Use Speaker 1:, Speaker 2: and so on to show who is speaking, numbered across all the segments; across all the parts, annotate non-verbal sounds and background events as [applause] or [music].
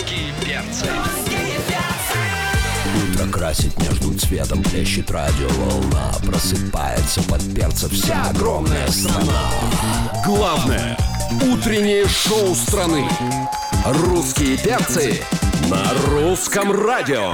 Speaker 1: переселенцы.
Speaker 2: Утро красит между цветом Плещет радиоволна Просыпается под перца вся огромная страна
Speaker 3: Главное утреннее шоу страны.
Speaker 2: Русские перцы
Speaker 3: На русском радио.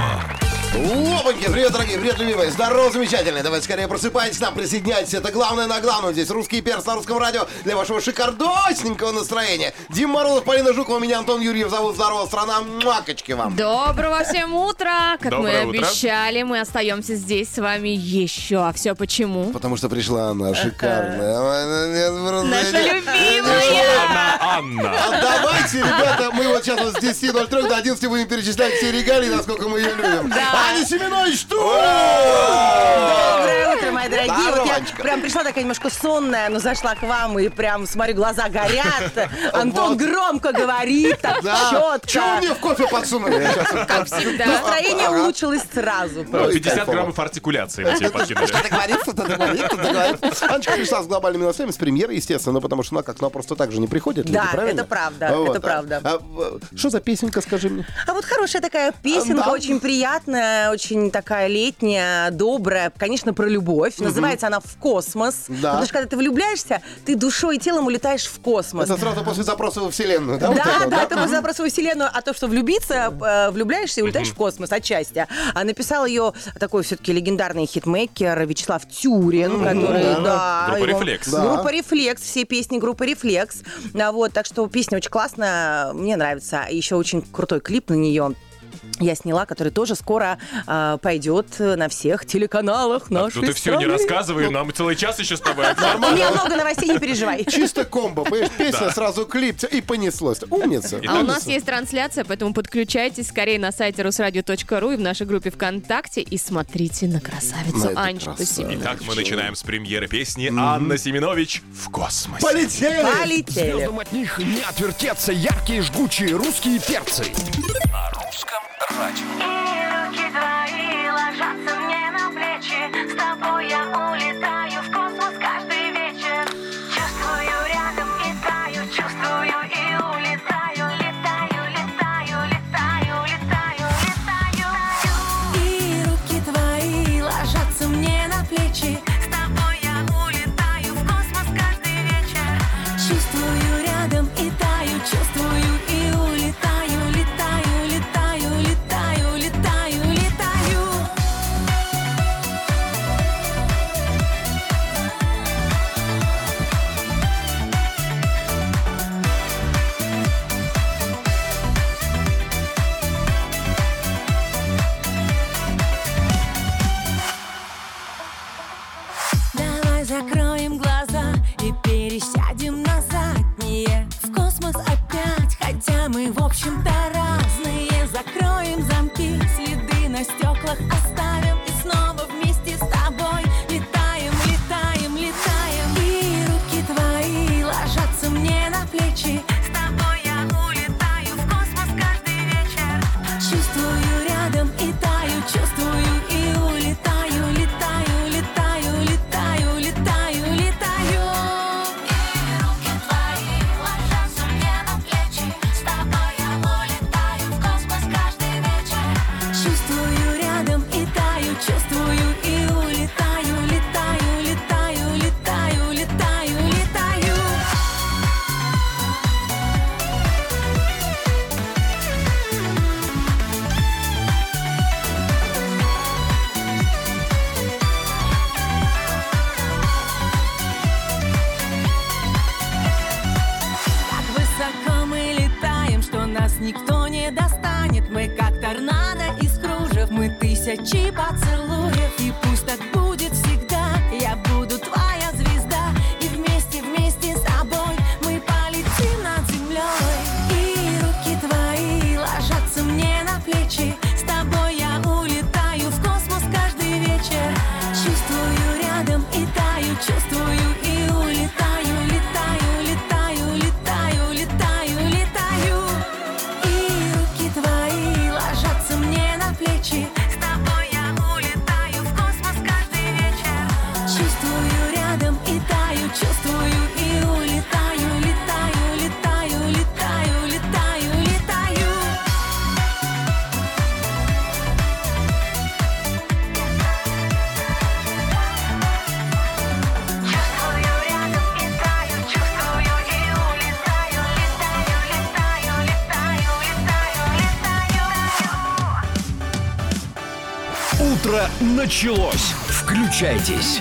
Speaker 4: Опаньки! Привет, дорогие, привет, любимые! Здорово, замечательно! Давайте скорее просыпайтесь, к нам присоединяйтесь. Это главное на главном. Здесь русский перс на русском радио для вашего шикардосненького настроения. Дима Морозов, Полина Жукова, меня Антон Юрьев зовут. Здорово, страна! Макочки вам!
Speaker 5: Доброго всем утра! Как
Speaker 6: Доброе
Speaker 5: мы и
Speaker 6: утро.
Speaker 5: обещали, мы остаемся здесь с вами еще. А все почему?
Speaker 4: Потому что пришла она шикарная. ну,
Speaker 5: Наша любимая!
Speaker 6: Анна, Анна.
Speaker 4: А Давайте, ребята, мы вот сейчас вот с 10.03 до 11 будем перечислять все регалии, насколько мы ее любим.
Speaker 5: Да.
Speaker 4: Аня Семенович, что?
Speaker 7: Доброе утро, мои дорогие. Вот я
Speaker 4: Здоровочка.
Speaker 7: прям пришла такая немножко сонная, но зашла к вам и прям, смотрю,
Speaker 4: [laughs]
Speaker 7: глаза горят. Антон
Speaker 4: Вот.
Speaker 7: громко говорит, так
Speaker 4: Да. Чего
Speaker 7: четко.
Speaker 4: мне в кофе подсунули? Я щас-
Speaker 5: Как всегда.
Speaker 7: Настроение улучшилось
Speaker 4: Ой,
Speaker 7: сразу.
Speaker 6: 50
Speaker 4: кайфово.
Speaker 6: Ну, граммов артикуляции мы тебе подкинули.
Speaker 4: Что-то говорит, что-то говорит, что-то говорит. Анечка пришла с глобальными новостями, с премьеры, естественно, ну, потому что она как она просто так же не приходит. люди,
Speaker 7: Да,
Speaker 4: правильно?
Speaker 7: это правда, это правда.
Speaker 4: а, в- что за песенка, скажи мне?
Speaker 7: А вот хорошая такая
Speaker 4: А,
Speaker 7: песенка,
Speaker 4: да.
Speaker 7: очень приятная, очень такая летняя, добрая, конечно, про любовь. Называется она «В космос».
Speaker 4: Да.
Speaker 7: Потому что когда ты влюбляешься, ты душой и телом улетаешь в космос.
Speaker 4: Это сразу после запроса во Вселенную, да?
Speaker 7: Да,
Speaker 4: вот это
Speaker 7: да,
Speaker 4: вот,
Speaker 7: это был запрос во Вселенную, а то, что влюбиться, э, влюбляешься и улетаешь в космос отчасти. А написал ее такой все-таки легендарный хитмейкер Вячеслав Тюрин, который, да.
Speaker 6: Группа
Speaker 7: его-
Speaker 6: «Рефлекс».
Speaker 4: Да.
Speaker 7: Группа «Рефлекс», все песни группы «Рефлекс». А вот, так что песня очень классная, мне нравится. Еще очень крутой клип на нее. Я сняла, который тоже скоро э, пойдет на всех
Speaker 6: [laughs]
Speaker 7: телеканалах
Speaker 6: Ну
Speaker 7: нашей
Speaker 6: ты все не
Speaker 7: страны. Ну.
Speaker 6: рассказывай, нам целый час еще с тобой общаться.
Speaker 7: У меня много новостей, не переживай.
Speaker 4: Чисто комбо, понимаешь, песня, сразу клип, всё, и понеслось. Умница.
Speaker 5: А у нас есть трансляция, поэтому подключайтесь скорее на сайте rusradio.ru и в нашей группе ВКонтакте и смотрите на красавицу
Speaker 4: это
Speaker 5: Анечку
Speaker 4: красавица.
Speaker 5: Семенову.
Speaker 6: Итак, мы начинаем с премьеры песни Анна Семенович в космосе.
Speaker 4: Полетели!
Speaker 7: Полетели.
Speaker 2: Звездам от них не отвертеться Яркие, жгучие русские перцы
Speaker 8: И руки твои ложатся мне на плечи С тобой я улетаю в космос каждый вечер Чувствую рядом и таю, чувствую и улетаю Летаю, летаю, летаю, летаю, летаю И руки твои ложатся мне на плечи С тобой я улетаю в космос каждый вечер Чувствую рядом и таю, чувствую и улетаю Летаю, летаю, летаю, летаю, летаю Давай закроем глаза и пересядем на задние В космос опять, хотя мы в общем-то разные Закроем замки, следы на стеклах оставим И снова вместе с тобой летаем, летаем, летаем И руки твои ложатся мне на плечи С тобой я улетаю в космос каждый вечер Чувствую рядом и таю, чувствую и улетаю, летаю, летаю, летаю, летаю, летаю. И руки твои ложатся мне на плечи, с тобой я улетаю в космос каждый вечер. Чувствую рядом и таю, чувствую и улетаю, летаю, летаю, летаю, летаю, летаю. Так высоко мы летаем, что нас никто не достанет Мы как торнадо из кружев, мы тысячи поцелуев И пусть так будет всегда, я буду твоя звезда И вместе, вместе с тобой мы полетим над землей И руки твои ложатся мне на плечи С тобой я улетаю в космос каждый вечер Чувствую рядом и таю, чувствую и улетаю Летаю, летаю, летаю, летаю, летаю И руки твои ложатся мне на плечи С тобой я улетаю в космос каждый вечер
Speaker 3: Утро началось.
Speaker 2: Включайтесь.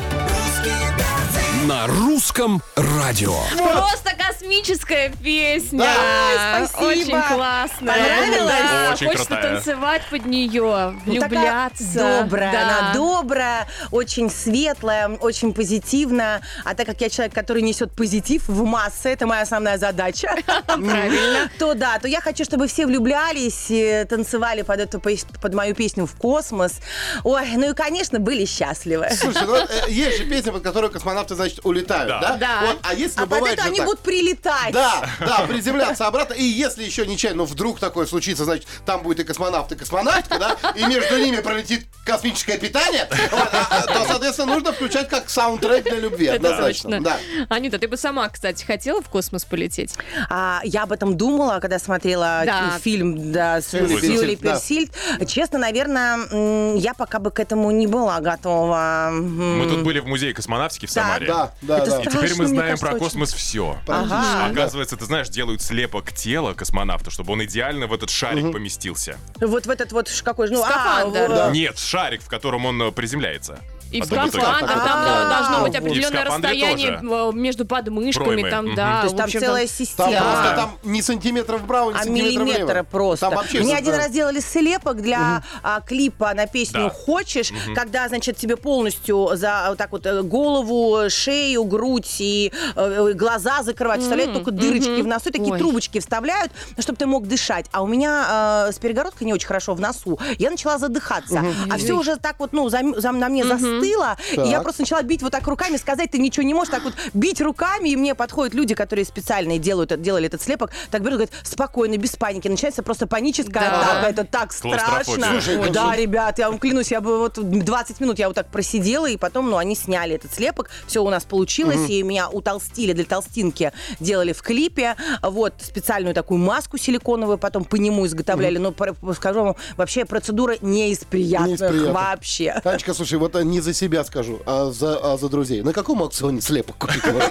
Speaker 3: На русском радио.
Speaker 5: Просто космическая песня.
Speaker 7: Да. Ой, спасибо.
Speaker 5: Очень классная.
Speaker 7: Понравилось?
Speaker 5: Да,
Speaker 6: Очень
Speaker 5: Хочется
Speaker 6: крутая.
Speaker 5: танцевать под нее,
Speaker 7: Ну, такая
Speaker 5: влюбляться.
Speaker 7: Добрая,
Speaker 5: Да.
Speaker 7: она добрая, очень светлая, очень позитивная. А так как я человек, который несет позитив в массы, это моя
Speaker 4: [laughs]
Speaker 7: основная задача. Правильно. [laughs] То да, то я хочу, чтобы все влюблялись, и танцевали под эту пес- под мою песню в космос. Ой, ну и конечно были счастливы.
Speaker 4: Слушай, ну вот, э, есть же песня, под которую космонавты, значит, улетают, да?
Speaker 6: Да.
Speaker 5: Да.
Speaker 4: Вот, а если
Speaker 7: А под
Speaker 4: бывает
Speaker 7: это
Speaker 4: же
Speaker 7: они
Speaker 4: так?
Speaker 7: будут прилетать.
Speaker 4: Да, да, приземляться обратно. И если еще нечаянно, ну вдруг такое случится, значит, там будет и космонавт, и космонавтка, да, и между ними пролетит космическое питание, вот, а, а, то, соответственно, нужно включать как саундтрек для любви,
Speaker 5: Это
Speaker 4: однозначно.
Speaker 5: точно.
Speaker 4: Да.
Speaker 5: Анюта, ты бы сама, кстати, хотела в космос полететь?
Speaker 7: А, я об этом думала, когда смотрела
Speaker 5: Да.
Speaker 7: фи- фильм да, с
Speaker 4: Сьюли
Speaker 7: Сьюли
Speaker 4: Персильд, да.
Speaker 7: Персильд. Честно, наверное, я пока бы к этому не была готова. М,
Speaker 6: Мы тут были в музее космонавтики в
Speaker 7: Да.
Speaker 6: Самаре.
Speaker 4: Да, да,
Speaker 7: Это
Speaker 4: да.
Speaker 6: И теперь
Speaker 7: Страшно,
Speaker 6: мы
Speaker 7: мне
Speaker 6: знаем
Speaker 7: кажется,
Speaker 6: про
Speaker 7: очень.
Speaker 6: космос все.
Speaker 7: Ага.
Speaker 6: Оказывается, ты знаешь, делают слепок тела космонавта, чтобы он идеально в этот шарик поместился.
Speaker 7: Вот в этот вот ш- какой же... Ну, а,
Speaker 5: Скафандр.
Speaker 7: в-
Speaker 4: Да.
Speaker 6: Нет, шарик, в котором он э, приземляется.
Speaker 5: И в
Speaker 6: Потом
Speaker 5: скафандр, там
Speaker 6: это-
Speaker 7: А-а-а.
Speaker 5: да, должно быть
Speaker 4: И в
Speaker 5: определенное
Speaker 6: скафандре
Speaker 5: расстояние э, между подмышками,
Speaker 6: Проймы,
Speaker 5: там,
Speaker 6: мгм.
Speaker 5: да.
Speaker 7: То есть
Speaker 5: в
Speaker 7: там
Speaker 5: общем, [laughs]
Speaker 7: целая
Speaker 4: Там
Speaker 7: система.
Speaker 4: просто там не сантиметров вправо, не
Speaker 7: А
Speaker 4: сантиметров влево.
Speaker 7: миллиметра просто.
Speaker 4: Там вообще
Speaker 7: Мне
Speaker 4: всё,
Speaker 7: один
Speaker 4: да.
Speaker 7: раз делали слепок для а, клипа на песню
Speaker 6: Да.
Speaker 7: «Хочешь», когда, значит, тебе полностью за а, вот так вот э, голову, шею, грудь и э, э, глаза закрывают. Вставляют только дырочки в носу, такие
Speaker 5: Ой.
Speaker 7: трубочки вставляют, чтобы ты мог дышать. А у меня э, с перегородкой не очень хорошо в носу. Я начала задыхаться. А все уже так вот, ну, зам- зам- на мне застыло. И я
Speaker 4: Так.
Speaker 7: просто начала бить вот так руками, сказать ты ничего не можешь, так вот бить руками. И мне подходят люди, которые специально и делают, это- делали этот слепок, так берут, говорят, спокойно, без паники. Начинается просто паническая
Speaker 5: Да.
Speaker 7: атака, это так страшно.
Speaker 6: Клаустрофобия.
Speaker 4: Слушай,
Speaker 7: да, ребят, я вам клянусь, я бы вот 20 минут я вот так просидела, и потом, ну, они сняли этот слепок, все у нас получилось, и меня утолстили, для толстинки делали в клипе, вот, специальную такую маску силиконовую, потом по нему изготовляли, но, про- скажу вам, вообще процедура не из приятных,
Speaker 4: Не из приятных.
Speaker 7: вообще.
Speaker 4: Танечка, слушай, вот э, не за себя скажу, а за, а за друзей. На каком аукционе слепок купить можно?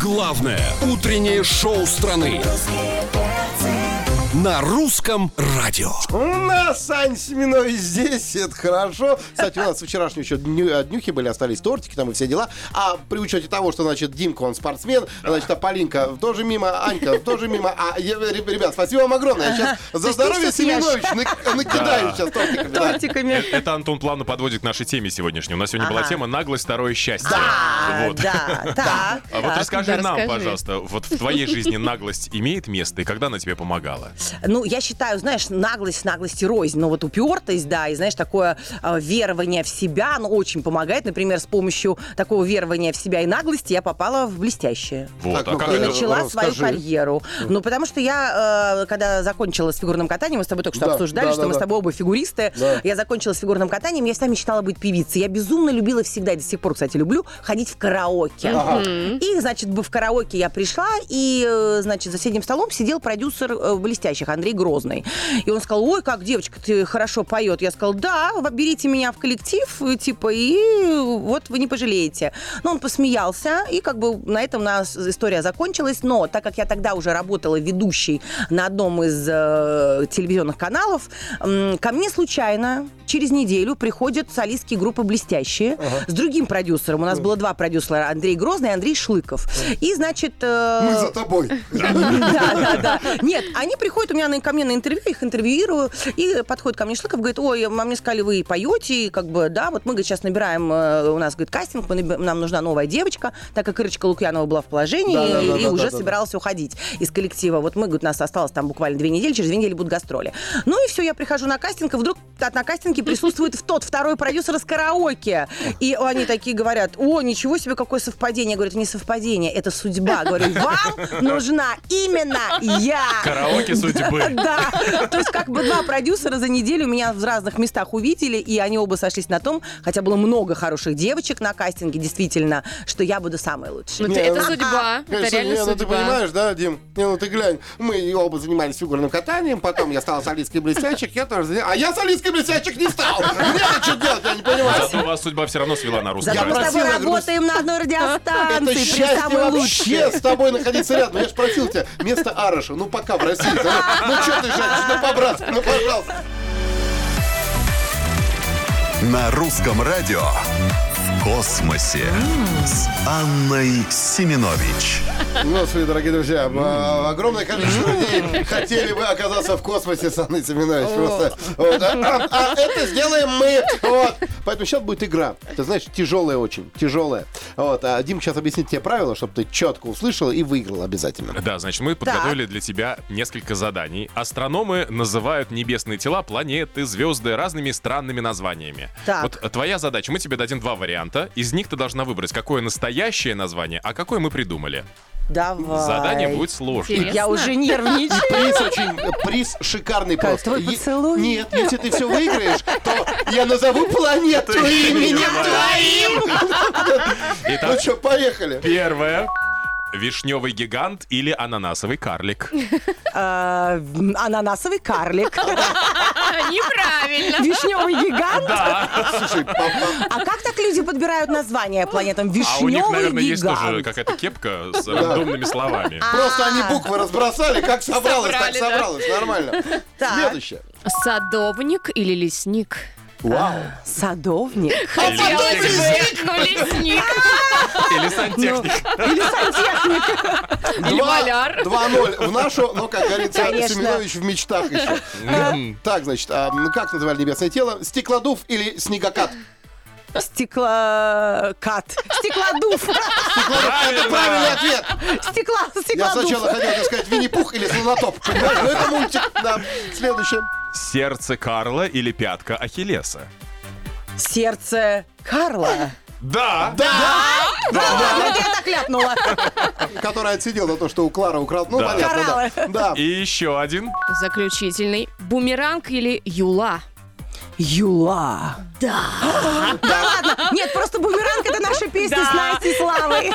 Speaker 3: Главное утреннее шоу страны. На русском радио.
Speaker 4: У нас Сань Семенович здесь, это хорошо. Кстати, у нас вчерашние еще дню- э, днюхи были, остались тортики там и все дела. А при учете того, что, значит, Димка, он спортсмен, значит, а Полинка тоже мимо, Анька тоже мимо. А, я- реб- ребят, спасибо вам огромное. Я сейчас за здоровье
Speaker 7: что съешь?
Speaker 4: Семенович нак- накидаю сейчас тортиками. да.
Speaker 7: Тортиками.
Speaker 6: Э, Это Антон плавно подводит к нашей теме сегодняшней. У нас сегодня была
Speaker 7: Ага.
Speaker 6: тема «Наглость, второе счастье».
Speaker 7: А,
Speaker 6: Вот.
Speaker 7: Да, так.
Speaker 6: А вот
Speaker 7: так.
Speaker 6: расскажи
Speaker 5: да,
Speaker 6: нам,
Speaker 5: расскажи.
Speaker 6: пожалуйста, вот в твоей жизни наглость имеет место, и когда она тебе помогала?
Speaker 7: Ну, я считаю, знаешь, наглость наглости рознь, но вот упертость, да, и, знаешь, такое э, верование в себя, оно очень помогает. Например, с помощью такого верования в себя и наглости я попала в блестящее.
Speaker 6: Вот,
Speaker 4: Так,
Speaker 6: а
Speaker 4: ну,
Speaker 6: как
Speaker 7: И
Speaker 4: Э,
Speaker 6: это-
Speaker 7: начала свою
Speaker 4: расскажи.
Speaker 7: карьеру. Ну, потому что я, э, когда закончила с фигурным катанием, мы с тобой только что
Speaker 4: Да,
Speaker 7: обсуждали,
Speaker 4: да,
Speaker 7: что
Speaker 4: да,
Speaker 7: мы
Speaker 4: да.
Speaker 7: с тобой оба фигуристы.
Speaker 4: Да.
Speaker 7: Я закончила с фигурным катанием, я всегда мечтала быть певицей. Я безумно любила всегда, и до сих пор, кстати, люблю, ходить в караоке. И, значит, бы в караоке я пришла, и, э, значит, за соседним столом сидел продюсер э, «Блестящих» Андрей Грозный. И он сказал, ой, как девочка, ты хорошо поет. Я сказала, да, берите меня в коллектив, и, типа, и вот вы не пожалеете. Но он посмеялся, и как бы на этом нас история закончилась. Но так как я тогда уже работала ведущей на одном из э, телевизионных каналов, м, ко мне случайно через неделю приходят солистские группы «Блестящие» с другим продюсером. У нас было два продюсера, Андрей Грозный и Андрей Шлыков. И, значит... э, [laughs]
Speaker 4: Мы за тобой.
Speaker 7: да, да, да. Нет, они приходят у меня на, ко мне на интервью, их интервьюирую, и подходит ко мне Шлыков, говорит, ой, мам, мне сказали, вы поете, и как бы, да, вот мы, говорит, сейчас набираем, э, у нас, говорит, кастинг, мы наби- нам нужна новая девочка, так как Ирочка Лукьянова была в положении
Speaker 4: Да, да,
Speaker 7: и,
Speaker 4: да,
Speaker 7: и
Speaker 4: да,
Speaker 7: уже
Speaker 4: да, да.
Speaker 7: собиралась уходить из коллектива. Вот мы, говорит, у нас осталось там буквально две недели, через две недели будут гастроли. Ну и все, я прихожу на кастинг, и вдруг та- на кастинге присутствует в тот второй продюсер из караоке. И они такие говорят, о, ничего себе, какое совпадение. Я говорю, это не совпадение, это судьба. Говорю, вам нужна именно я.
Speaker 6: Караоке судьбы.
Speaker 7: [laughs] Да, то есть как бы два продюсера за неделю меня в разных местах увидели, и они оба сошлись на том, хотя было много хороших девочек на кастинге, действительно, что я буду самой лучшей.
Speaker 5: Ну, ты-
Speaker 4: Не,
Speaker 5: это
Speaker 4: ну,
Speaker 5: судьба. Это
Speaker 4: Конечно,
Speaker 5: реально
Speaker 4: не, ну ты
Speaker 5: судьба.
Speaker 4: понимаешь, да, Дим? Не, ну ты глянь, мы оба занимались фигурным катанием, потом я стал солисткой блестячих, я тоже заня- А я солисткой блестячих не стал! Мне-то что делать, я не понимаю.
Speaker 6: Зато вас судьба все равно свела на русском
Speaker 7: Зато мы
Speaker 6: радио.
Speaker 7: с тобой
Speaker 4: просила, говорю,
Speaker 7: работаем на одной радиостанции,
Speaker 4: Это
Speaker 7: при
Speaker 4: счастье
Speaker 7: самой лучшей.
Speaker 4: вообще с тобой находиться рядом. Я же просил тебя, место Арыша, ну пока в России. Ну что ты, женщина, по-братски, ну пожалуйста.
Speaker 1: На русском радио в космосе с Анной Семенович.
Speaker 4: Господи, Ну, дорогие друзья, м, а, огромное количество людей хотели бы оказаться в космосе с Анной Семенович. Просто, вот, а, а, а это сделаем мы. Вот. Поэтому сейчас будет игра. Ты знаешь, тяжелая очень, тяжелая. Вот. А Дим сейчас объяснит тебе правила, чтобы ты четко услышал и выиграл обязательно.
Speaker 6: Да, значит, мы подготовили для тебя несколько заданий. Астрономы называют небесные тела, планеты, звезды разными странными названиями.
Speaker 7: Так.
Speaker 6: Вот э, твоя задача, мы тебе дадим два варианта. Из них ты должна выбрать, какое настоящее название, а какое мы придумали.
Speaker 7: Давай.
Speaker 6: Задание будет сложное.
Speaker 5: Интересно.
Speaker 7: Я уже нервничаю.
Speaker 4: Приз очень, приз шикарный
Speaker 7: Как
Speaker 4: просто.
Speaker 7: твой
Speaker 4: Е-
Speaker 7: поцелуй?
Speaker 4: Нет, если ты все выиграешь, то я назову планету именем твоим.
Speaker 6: Итак,
Speaker 4: Ну что, поехали.
Speaker 6: первое. Вишневый гигант или ананасовый карлик?
Speaker 7: А, м, Ананасовый карлик. [laughs]
Speaker 5: Неправильно.
Speaker 7: Вишневый гигант.
Speaker 6: Да.
Speaker 4: Слушай, по- по-
Speaker 7: А как так люди подбирают названия планетам?
Speaker 6: А у них,
Speaker 7: Вишневый
Speaker 6: наверное, есть тоже
Speaker 7: гигант.
Speaker 6: какая-то кепка с рандомными словами.
Speaker 4: А. просто они буквы разбросали, как собралось, так
Speaker 5: Собрали, да.
Speaker 4: собралось. Нормально.
Speaker 7: Так.
Speaker 4: Следующее.
Speaker 5: Садовник или лесник?
Speaker 4: Вау.
Speaker 7: Садовник.
Speaker 6: Или сантехник.
Speaker 5: Ну, лесник.
Speaker 7: А,
Speaker 6: Или сантехник.
Speaker 7: Или сантехник.
Speaker 5: Или маляр.
Speaker 4: 2-0 в нашу, но, как говорится,
Speaker 7: Конечно.
Speaker 4: Семенович в мечтах еще. Так, значит, а, ну, как называли небесное тело? Стеклодув или снегокат?
Speaker 7: Стеклокат. Стеклодув. ну,
Speaker 4: Это правильный ответ.
Speaker 7: Стекла,
Speaker 4: Я
Speaker 7: стеклодув.
Speaker 4: сначала хотел тебе сказать Винни-Пух или Слонотоп. Понимаешь? Ну, это мультик. Да. Следующее.
Speaker 6: Сердце Карла или пятка Ахиллеса?
Speaker 7: Сердце Карла.
Speaker 6: Да!
Speaker 7: Да, ладно, это я так ляпнула.
Speaker 4: Который отсидел за то, что у Клары украл. Ну,
Speaker 6: Да.
Speaker 4: понятно, да. Да.
Speaker 6: И еще один.
Speaker 5: Заключительный. Бумеранг или юла?
Speaker 7: Юла. Да. Да Ну ладно. Нет, просто бумеранг это наша песня с Настей Славой.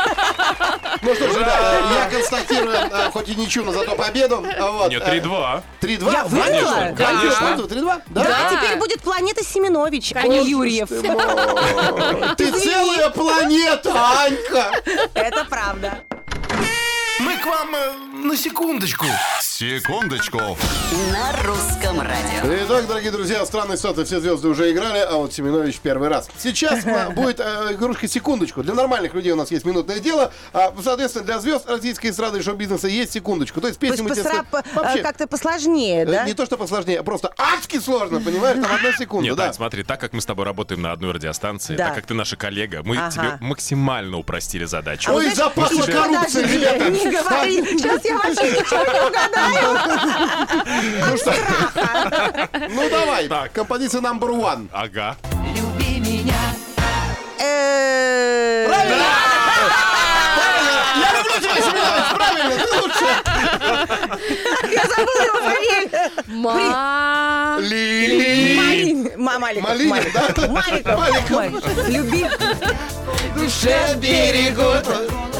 Speaker 4: Ну что ж, ребята, я констатирую, э, хоть и не чуну, зато победу. А вот,
Speaker 6: Нет,
Speaker 4: э,
Speaker 6: 3-2.
Speaker 4: 3-2.
Speaker 7: Я выиграла?
Speaker 4: Конечно,
Speaker 6: Да.
Speaker 4: Конечно. 3-2. Да.
Speaker 7: Да, А теперь будет планета Семенович, а
Speaker 5: Конечно,
Speaker 4: [laughs]
Speaker 7: не Юрьев.
Speaker 4: Ты целая планета, Анька.
Speaker 7: Это правда.
Speaker 3: Мы к вам на секундочку.
Speaker 1: Секундочку.
Speaker 9: На русском радио.
Speaker 4: Итак, дорогие друзья, странные ситуации, все звезды уже играли, а вот Семенович первый раз.
Speaker 7: [laughs]
Speaker 4: Сейчас э, будет э, игрушка секундочку. Для нормальных людей у нас есть минутное дело, а, соответственно, для звезд российской эстрады и шоу-бизнеса есть секундочку. То есть
Speaker 7: То
Speaker 4: песню
Speaker 7: есть
Speaker 4: мы тебе
Speaker 7: посра-
Speaker 4: ска-
Speaker 7: по-
Speaker 4: Вообще,
Speaker 7: э, как-то посложнее,
Speaker 4: э,
Speaker 7: да?
Speaker 4: Не то, что посложнее, а просто адски сложно, понимаешь? Там одна секунда,
Speaker 6: Нет,
Speaker 4: Ну да.
Speaker 6: Ань, смотри, так как мы с тобой работаем на одной радиостанции,
Speaker 7: Да.
Speaker 6: так как ты наша коллега, мы
Speaker 7: Ага. А
Speaker 6: тебе максимально упростили задачу.
Speaker 4: Ой,
Speaker 7: Знаешь,
Speaker 4: запахло
Speaker 7: слушай,
Speaker 4: коррупцией,
Speaker 7: подожди,
Speaker 4: ребята.
Speaker 7: Не говори, сейчас я вообще ничего не угадаю. От страха.
Speaker 4: Ну давай,
Speaker 6: Так.
Speaker 4: композиция number one.
Speaker 6: Ага.
Speaker 7: Э,
Speaker 4: Я люблю тебя, Семенович, правильно, ты лучше.
Speaker 7: Я забыла его фамилию.
Speaker 5: Ма...
Speaker 4: Лили.
Speaker 7: Малин. Ма- Маликов.
Speaker 4: Малинин,
Speaker 7: Маликов.
Speaker 4: да?
Speaker 7: Маликов.
Speaker 4: Маликов.
Speaker 7: Маликов. Люби.
Speaker 4: Душе берегут.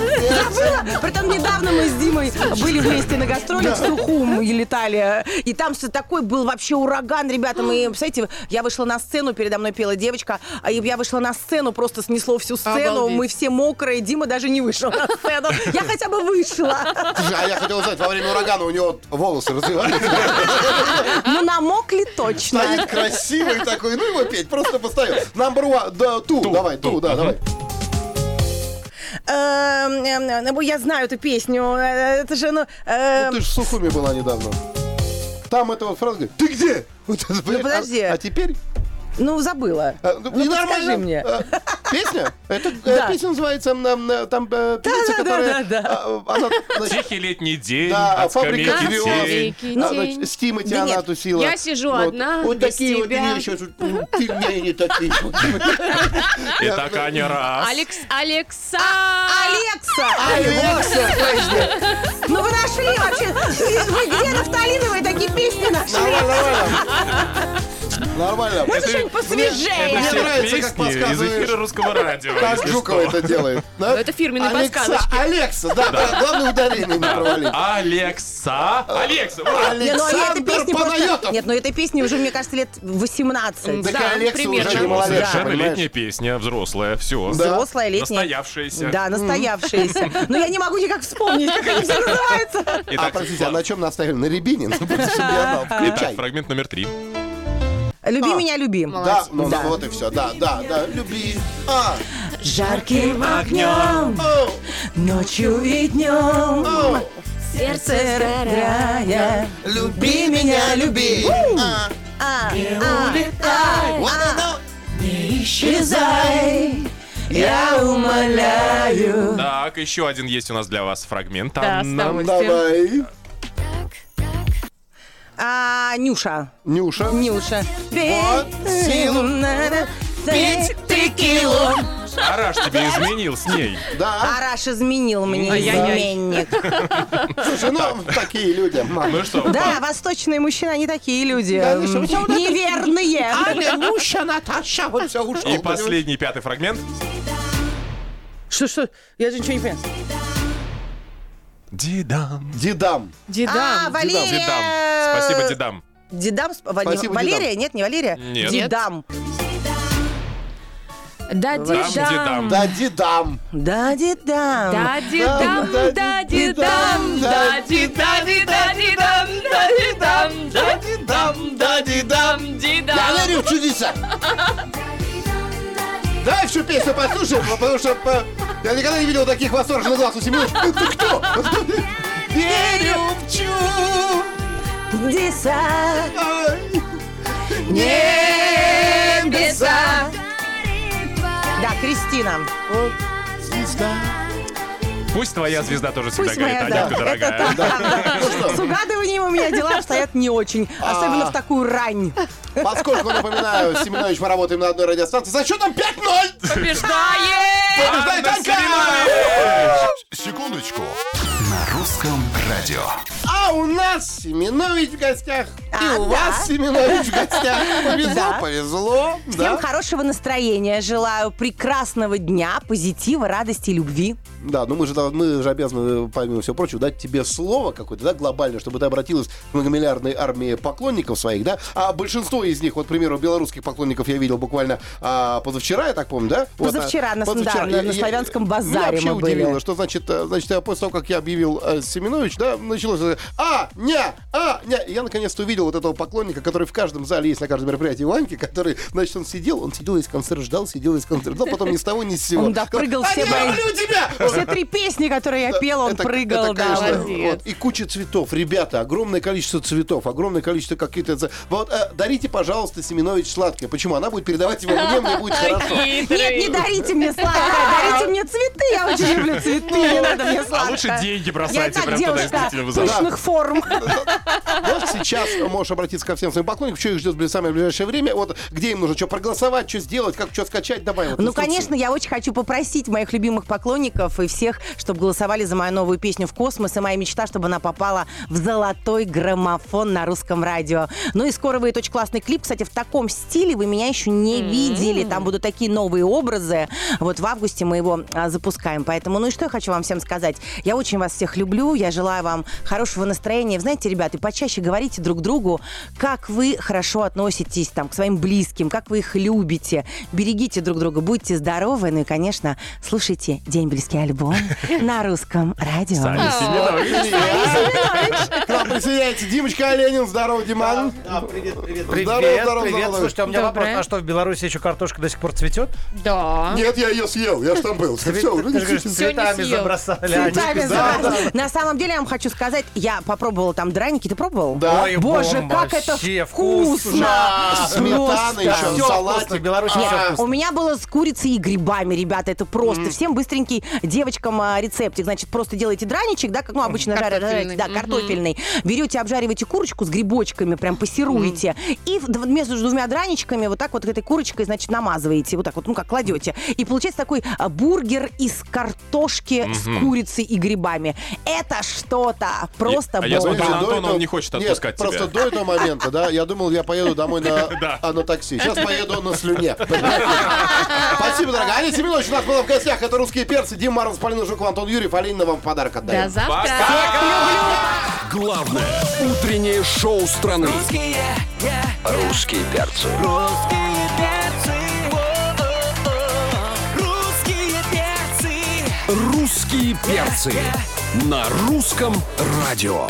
Speaker 7: Забыла. Притом недавно мы с Димой были вместе на гастролях в Сухум и летали. И там все такой был вообще ураган, ребята. Мы, представляете, я вышла на сцену, передо мной пела девочка, а и я вышла на сцену, просто снесло всю сцену.
Speaker 5: Обалдеть.
Speaker 7: Мы все мокрые, Дима даже не вышел на сцену. Я хотя бы вышла.
Speaker 4: Слушай, а я хотел узнать, во время урагана у него волосы развивались.
Speaker 7: Но намокли точно.
Speaker 4: Стоит красивый такой, ну его петь, просто поставил. Number one, да, ту, давай, ту, да, давай.
Speaker 7: Эм, эм, эм, ну, Я знаю эту песню. Э, Это же, ну...
Speaker 4: Ну,
Speaker 7: эм,
Speaker 4: ты же в Сухуми была недавно. Там эта вот фраза говорит, ты где? [laughs] Вот это, понимаешь?
Speaker 7: подожди.
Speaker 4: А, а теперь?
Speaker 7: Ну, забыла.
Speaker 4: а, ну,
Speaker 7: Ну, подскажи мне.
Speaker 4: А, песня? Это, э,
Speaker 7: Да.
Speaker 4: песня называется м, м, там, э, певица,
Speaker 7: да, да,
Speaker 4: которая...
Speaker 7: да, да.
Speaker 4: а, а, Она, значит,
Speaker 6: Тихий летний день, а
Speaker 4: Да,
Speaker 6: от
Speaker 4: фабрика
Speaker 6: скамейки
Speaker 4: звезд.
Speaker 6: тень.
Speaker 5: Тихий
Speaker 4: а,
Speaker 5: день.
Speaker 4: значит, с Тимати
Speaker 7: Да
Speaker 4: она
Speaker 7: нет,
Speaker 4: тусила.
Speaker 5: я сижу
Speaker 4: Вот.
Speaker 5: одна,
Speaker 4: Вот
Speaker 5: без
Speaker 4: такие вот
Speaker 5: тебя.
Speaker 4: люди сейчас, вот, ну, пельмени
Speaker 7: [laughs]
Speaker 4: такие. вот.
Speaker 6: Итак, Аня, раз.
Speaker 5: Алекс... Алекса... А,
Speaker 7: Алекса!
Speaker 4: Алекса, точно.
Speaker 7: Ну вы нашли вообще! Вы где нафталиновые такие песни нашли?
Speaker 4: Нормально, нормально. Нормально.
Speaker 7: Можно что-нибудь
Speaker 6: Это
Speaker 4: Мне
Speaker 7: посвежее?
Speaker 6: все
Speaker 4: нравится, как
Speaker 6: песни из
Speaker 4: подсказываешь.
Speaker 6: эфира русского радио.
Speaker 4: Как
Speaker 6: если
Speaker 4: Жукова
Speaker 6: что.
Speaker 4: это делает. да?
Speaker 5: Ну, это фирменные
Speaker 4: Алекса,
Speaker 5: подсказочки.
Speaker 4: Алекса, да, да, главное ударение не
Speaker 6: ну,
Speaker 4: провалить.
Speaker 6: Алекса! Алекса! ура!
Speaker 7: Не, ну, а я этой
Speaker 4: Александр
Speaker 7: песни просто-
Speaker 4: Панайотов.
Speaker 7: Нет, ну этой песни уже, мне кажется, лет 18.
Speaker 4: Так и
Speaker 5: да,
Speaker 4: Алекса
Speaker 5: примерно.
Speaker 4: уже не молодец,
Speaker 6: Совершенно летняя
Speaker 4: понимаешь?
Speaker 6: песня, взрослая, все.
Speaker 7: Взрослая, летняя.
Speaker 6: Настоявшаяся.
Speaker 7: Да, настоявшаяся. Но я не могу никак вспомнить, как они все называются.
Speaker 4: А,
Speaker 6: Итак,
Speaker 4: простите, а на чем наставили? На ребине? Ну, просто чтобы я знал.
Speaker 6: Итак,
Speaker 4: Включай.
Speaker 6: фрагмент номер три.
Speaker 7: Люби
Speaker 4: А.
Speaker 7: меня, люби.
Speaker 4: Да, ну, ну, вот и все. Да, да, да. Люби. А,
Speaker 7: Жарким огнем,
Speaker 4: о,
Speaker 7: ночью и днем,
Speaker 4: о.
Speaker 5: Сердце
Speaker 7: сырая.
Speaker 4: Люби меня, люби. А,
Speaker 7: улетай,
Speaker 4: вот оно.
Speaker 7: исчезай, я умоляю.
Speaker 6: Так, еще один есть у нас для вас фрагмент.
Speaker 5: Да, с
Speaker 6: Анна.
Speaker 5: удовольствием.
Speaker 4: Давай.
Speaker 7: А, Нюша.
Speaker 4: Нюша.
Speaker 7: Нюша.
Speaker 4: Вот, силу
Speaker 7: надо петь текилу.
Speaker 6: Араш тебе изменил с ней.
Speaker 4: Да.
Speaker 7: Араш изменил мне
Speaker 4: [laughs]
Speaker 7: изменник.
Speaker 4: Слушай, ну, такие люди.
Speaker 6: Ну что,
Speaker 7: Да, восточные мужчины, они такие люди.
Speaker 4: Конечно,
Speaker 7: М,
Speaker 4: почему так?
Speaker 7: Неверные.
Speaker 4: Нюша, Наташа, вот все ушел.
Speaker 6: и последний, пятый фрагмент.
Speaker 7: Что, что? Я же ничего не понимаю.
Speaker 6: Дидам.
Speaker 4: Дидам.
Speaker 5: Деда.
Speaker 7: А, Валерия.
Speaker 6: Дидам. Спасибо, Дидам.
Speaker 7: Дидам. сп- Вали-
Speaker 4: Спасибо,
Speaker 7: Валерия? Нет, не Валерия.
Speaker 6: Нет.
Speaker 7: Дидам.
Speaker 5: Да,
Speaker 6: Дам,
Speaker 5: дедам.
Speaker 6: Дидам.
Speaker 4: Да, дидам.
Speaker 7: Да, дидам.
Speaker 5: Да, дедам, да, дедам, да, деда, деда, дедам, да, дедам, да, дедам, да, дедам,
Speaker 4: Я
Speaker 5: дедам.
Speaker 4: верю в чудеса. Давай всю песню послушаем, потому что э, я никогда не видел таких восторженных глаз у семьи. Ты кто? Верю в чудеса.
Speaker 7: Диса. Да, Кристина.
Speaker 6: Пусть твоя звезда тоже всегда
Speaker 7: Пусть
Speaker 6: горит,
Speaker 7: моя,
Speaker 6: Анютка
Speaker 7: да.
Speaker 6: дорогая. Ну
Speaker 7: С угадыванием у меня дела обстоят не очень.
Speaker 6: А.
Speaker 7: Особенно в такую рань.
Speaker 4: Поскольку, напоминаю, Семенович, мы работаем на одной радиостанции. За счетом 5-0!
Speaker 5: Побеждает!
Speaker 4: Побеждает
Speaker 6: Анна
Speaker 4: Танька!
Speaker 1: Секундочку. На русском радио.
Speaker 4: А у нас Семенович в гостях. И
Speaker 7: А,
Speaker 4: у
Speaker 7: да.
Speaker 4: вас Семенович в гостях.
Speaker 7: [laughs]
Speaker 4: Повезло,
Speaker 7: Да.
Speaker 4: повезло.
Speaker 7: Всем
Speaker 4: Да,
Speaker 7: хорошего настроения. Желаю прекрасного дня, позитива, радости и любви.
Speaker 4: Да, ну мы же, да- мы же обязаны, э, помимо всего прочего, дать тебе слово какое-то, да, глобальное, чтобы ты обратилась к многомиллиардной армии поклонников своих, да, а большинство из них, вот, к примеру, белорусских поклонников я видел буквально а, позавчера, я так помню, да? Вот, а,
Speaker 7: Позавчера на- да, на- на Славянском базаре
Speaker 4: Меня вообще
Speaker 7: мы были.
Speaker 4: удивило, что значит, э, значит, я после того, как я объявил э, Семенович, да, началось э, а, ня, а, ня, И я наконец-то увидел вот этого поклонника, который в каждом зале есть, на каждом мероприятии у Аньки, который, значит, он сидел, он сидел весь концерт, ждал, сидел весь концерт, ждал, потом ни с того, ни с сего.
Speaker 7: Он допрыгал
Speaker 4: «А,
Speaker 7: все
Speaker 4: я
Speaker 7: мои-
Speaker 4: люблю тебя!
Speaker 7: Все три песни, которые я пела, он
Speaker 4: Это-
Speaker 7: прыгал.
Speaker 4: это,
Speaker 7: да.
Speaker 4: конечно,
Speaker 5: молодец.
Speaker 4: вот, и куча цветов. Ребята, огромное количество цветов, огромное количество каких-то... ц- Вот, э, дарите, пожалуйста, Семенович сладкое. Почему? Она будет передавать его мне, мне
Speaker 7: [laughs]
Speaker 4: будет хорошо.
Speaker 7: Нет, не дарите мне сладкое, дарите мне цветы. Я очень люблю цветы, не надо мне сладкое.
Speaker 6: А лучше деньги
Speaker 7: Я и
Speaker 6: бросайте
Speaker 7: так
Speaker 6: прям туда,
Speaker 7: девушка
Speaker 6: действительно, в зал.
Speaker 7: пышных форм.
Speaker 4: Вот сейчас можешь обратиться ко всем своим поклонникам, что их ждет в самое ближайшее время, вот где им нужно что проголосовать, что сделать, как что скачать, давай. вот
Speaker 7: Ну,
Speaker 4: инструкцию.
Speaker 7: конечно, я очень хочу попросить моих любимых поклонников и всех, чтобы голосовали за мою новую песню «В космос», и моя мечта, чтобы она попала в золотой граммофон на русском радио. Ну и скоро выйдет очень классный клип. Кстати, в таком стиле вы меня еще не видели. Там будут такие новые образы. Вот в августе мы его а, запускаем. Поэтому, ну и что я хочу вам всем сказать? Я очень вас всех люблю. Я желаю вам хорошего настроения. Вы Знаете, ребята, и почаще говорите друг другу, как вы хорошо относитесь там, к своим близким, как вы их любите. Берегите друг друга, будьте здоровы. Ну и, конечно, слушайте «День близкий альбом»
Speaker 4: [laughs]
Speaker 7: на русском радио.
Speaker 4: А,
Speaker 6: Саня Семенович.
Speaker 4: К нам присоединяется Димочка Оленин. Здорово, Диман.
Speaker 10: Привет,
Speaker 4: Здорово, здорово,
Speaker 10: привет.
Speaker 4: здорово.
Speaker 10: Слушайте, а у меня
Speaker 5: Доброе.
Speaker 10: вопрос, а что, в Беларуси еще картошка до сих пор цветет?
Speaker 5: Да.
Speaker 4: Нет, я ее съел, я же там был.
Speaker 10: Ты,
Speaker 4: Всё, ну,
Speaker 10: ты же говоришь, цветами
Speaker 5: съел.
Speaker 10: забросали.
Speaker 7: Цветами
Speaker 10: они.
Speaker 4: да,
Speaker 7: завалили. На самом деле, я вам хочу сказать, я попробовала там драники. Ты пробовал?
Speaker 4: Да.
Speaker 10: Ой,
Speaker 7: Боже,
Speaker 10: бомба,
Speaker 7: как это
Speaker 10: вообще
Speaker 7: вкусно!
Speaker 4: Да, Сметана еще,
Speaker 10: Все вкусно, в
Speaker 4: салатик. А,
Speaker 10: Беларуси
Speaker 7: Нет,
Speaker 10: все
Speaker 7: у
Speaker 10: вкусно.
Speaker 7: меня было с курицей и грибами, ребята, это просто. Всем быстренький девочкам а, рецептик. Значит, просто делаете драничек, да, как ну, обычно жарят,
Speaker 5: Картофельный.
Speaker 7: да, картофельный. Берете, обжариваете курочку с грибочками, прям пассируете. И в- дв- между двумя драничками вот так вот этой курочкой, значит, намазываете. Вот так вот, ну как, кладете. И получается такой а, бургер из картошки с курицей и грибами. Это что-то просто
Speaker 6: а я
Speaker 7: бомба.
Speaker 6: смотрю,
Speaker 4: Подожди,
Speaker 6: Антон,
Speaker 4: до
Speaker 6: он не хочет
Speaker 4: Нет,
Speaker 6: отпускать тебя.
Speaker 4: просто до этого момента, да, я думал, я поеду домой на,
Speaker 6: [laughs] Да.
Speaker 4: а, на такси. Сейчас поеду на
Speaker 6: [laughs]
Speaker 4: слюне. Спасибо, дорогая. Аня Семенович у нас была в гостях. Это «Русские перцы». Дима Марс, Полина Жукова, Антон Юрьев. Алина вам подарок
Speaker 5: До
Speaker 4: отдаем.
Speaker 5: завтра.
Speaker 2: Главное утреннее шоу страны.
Speaker 9: Русские,
Speaker 2: Русские перцы.
Speaker 9: русские перцы. Русские перцы.
Speaker 2: Русские перцы. На русском радио.